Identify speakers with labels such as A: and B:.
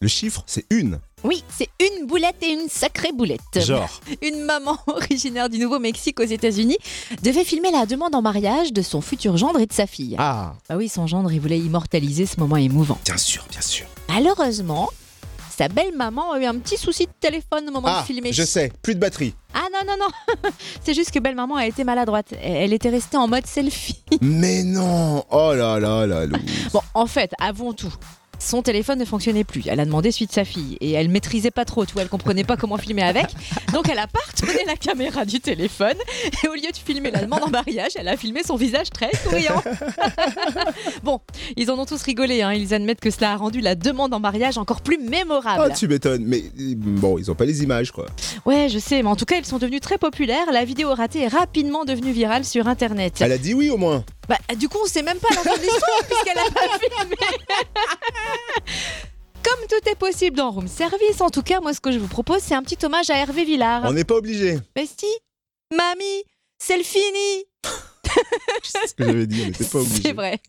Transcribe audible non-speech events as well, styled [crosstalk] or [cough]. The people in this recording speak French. A: Le chiffre, c'est une.
B: Oui, c'est une boulette et une sacrée boulette.
A: Genre.
B: Une maman [laughs] originaire du Nouveau-Mexique aux États-Unis devait filmer la demande en mariage de son futur gendre et de sa fille.
A: Ah,
B: Bah oui, son gendre, il voulait immortaliser ce moment émouvant.
A: bien sûr, bien sûr.
B: Malheureusement, sa belle-maman a eu un petit souci de téléphone au moment
A: ah,
B: de filmer.
A: je sais, plus de [laughs] batterie.
B: Ah non, non, non [laughs] C'est juste que belle-maman a été maladroite. Elle était restée en mode selfie.
A: Mais non Oh là là là, Lou.
B: Bon, en fait, avant tout, son téléphone ne fonctionnait plus. Elle a demandé suite sa fille et elle maîtrisait pas trop, tu vois, elle comprenait pas comment filmer avec. Donc elle a pas retourné la caméra du téléphone et au lieu de filmer la demande en mariage, elle a filmé son visage très souriant. [laughs] bon, ils en ont tous rigolé, hein. ils admettent que cela a rendu la demande en mariage encore plus
A: Ah,
B: mémorable.
A: tu m'étonnes. Mais euh, bon, ils ont pas les images, quoi.
B: Ouais, je sais, mais en tout cas, ils sont devenus très populaires. La vidéo ratée est rapidement devenue virale sur Internet.
A: Elle a dit oui, au moins.
B: Bah, du coup, on sait même pas la fin de [laughs] l'histoire puisqu'elle a pas filmé. [laughs] Comme tout est possible dans Room Service, en tout cas, moi, ce que je vous propose, c'est un petit hommage à Hervé Villard.
A: On n'est pas obligé.
B: Mais si, mamie, c'est le fini.
A: [laughs] C'est ce que j'avais dit, on n'était pas obligé.
B: C'est vrai.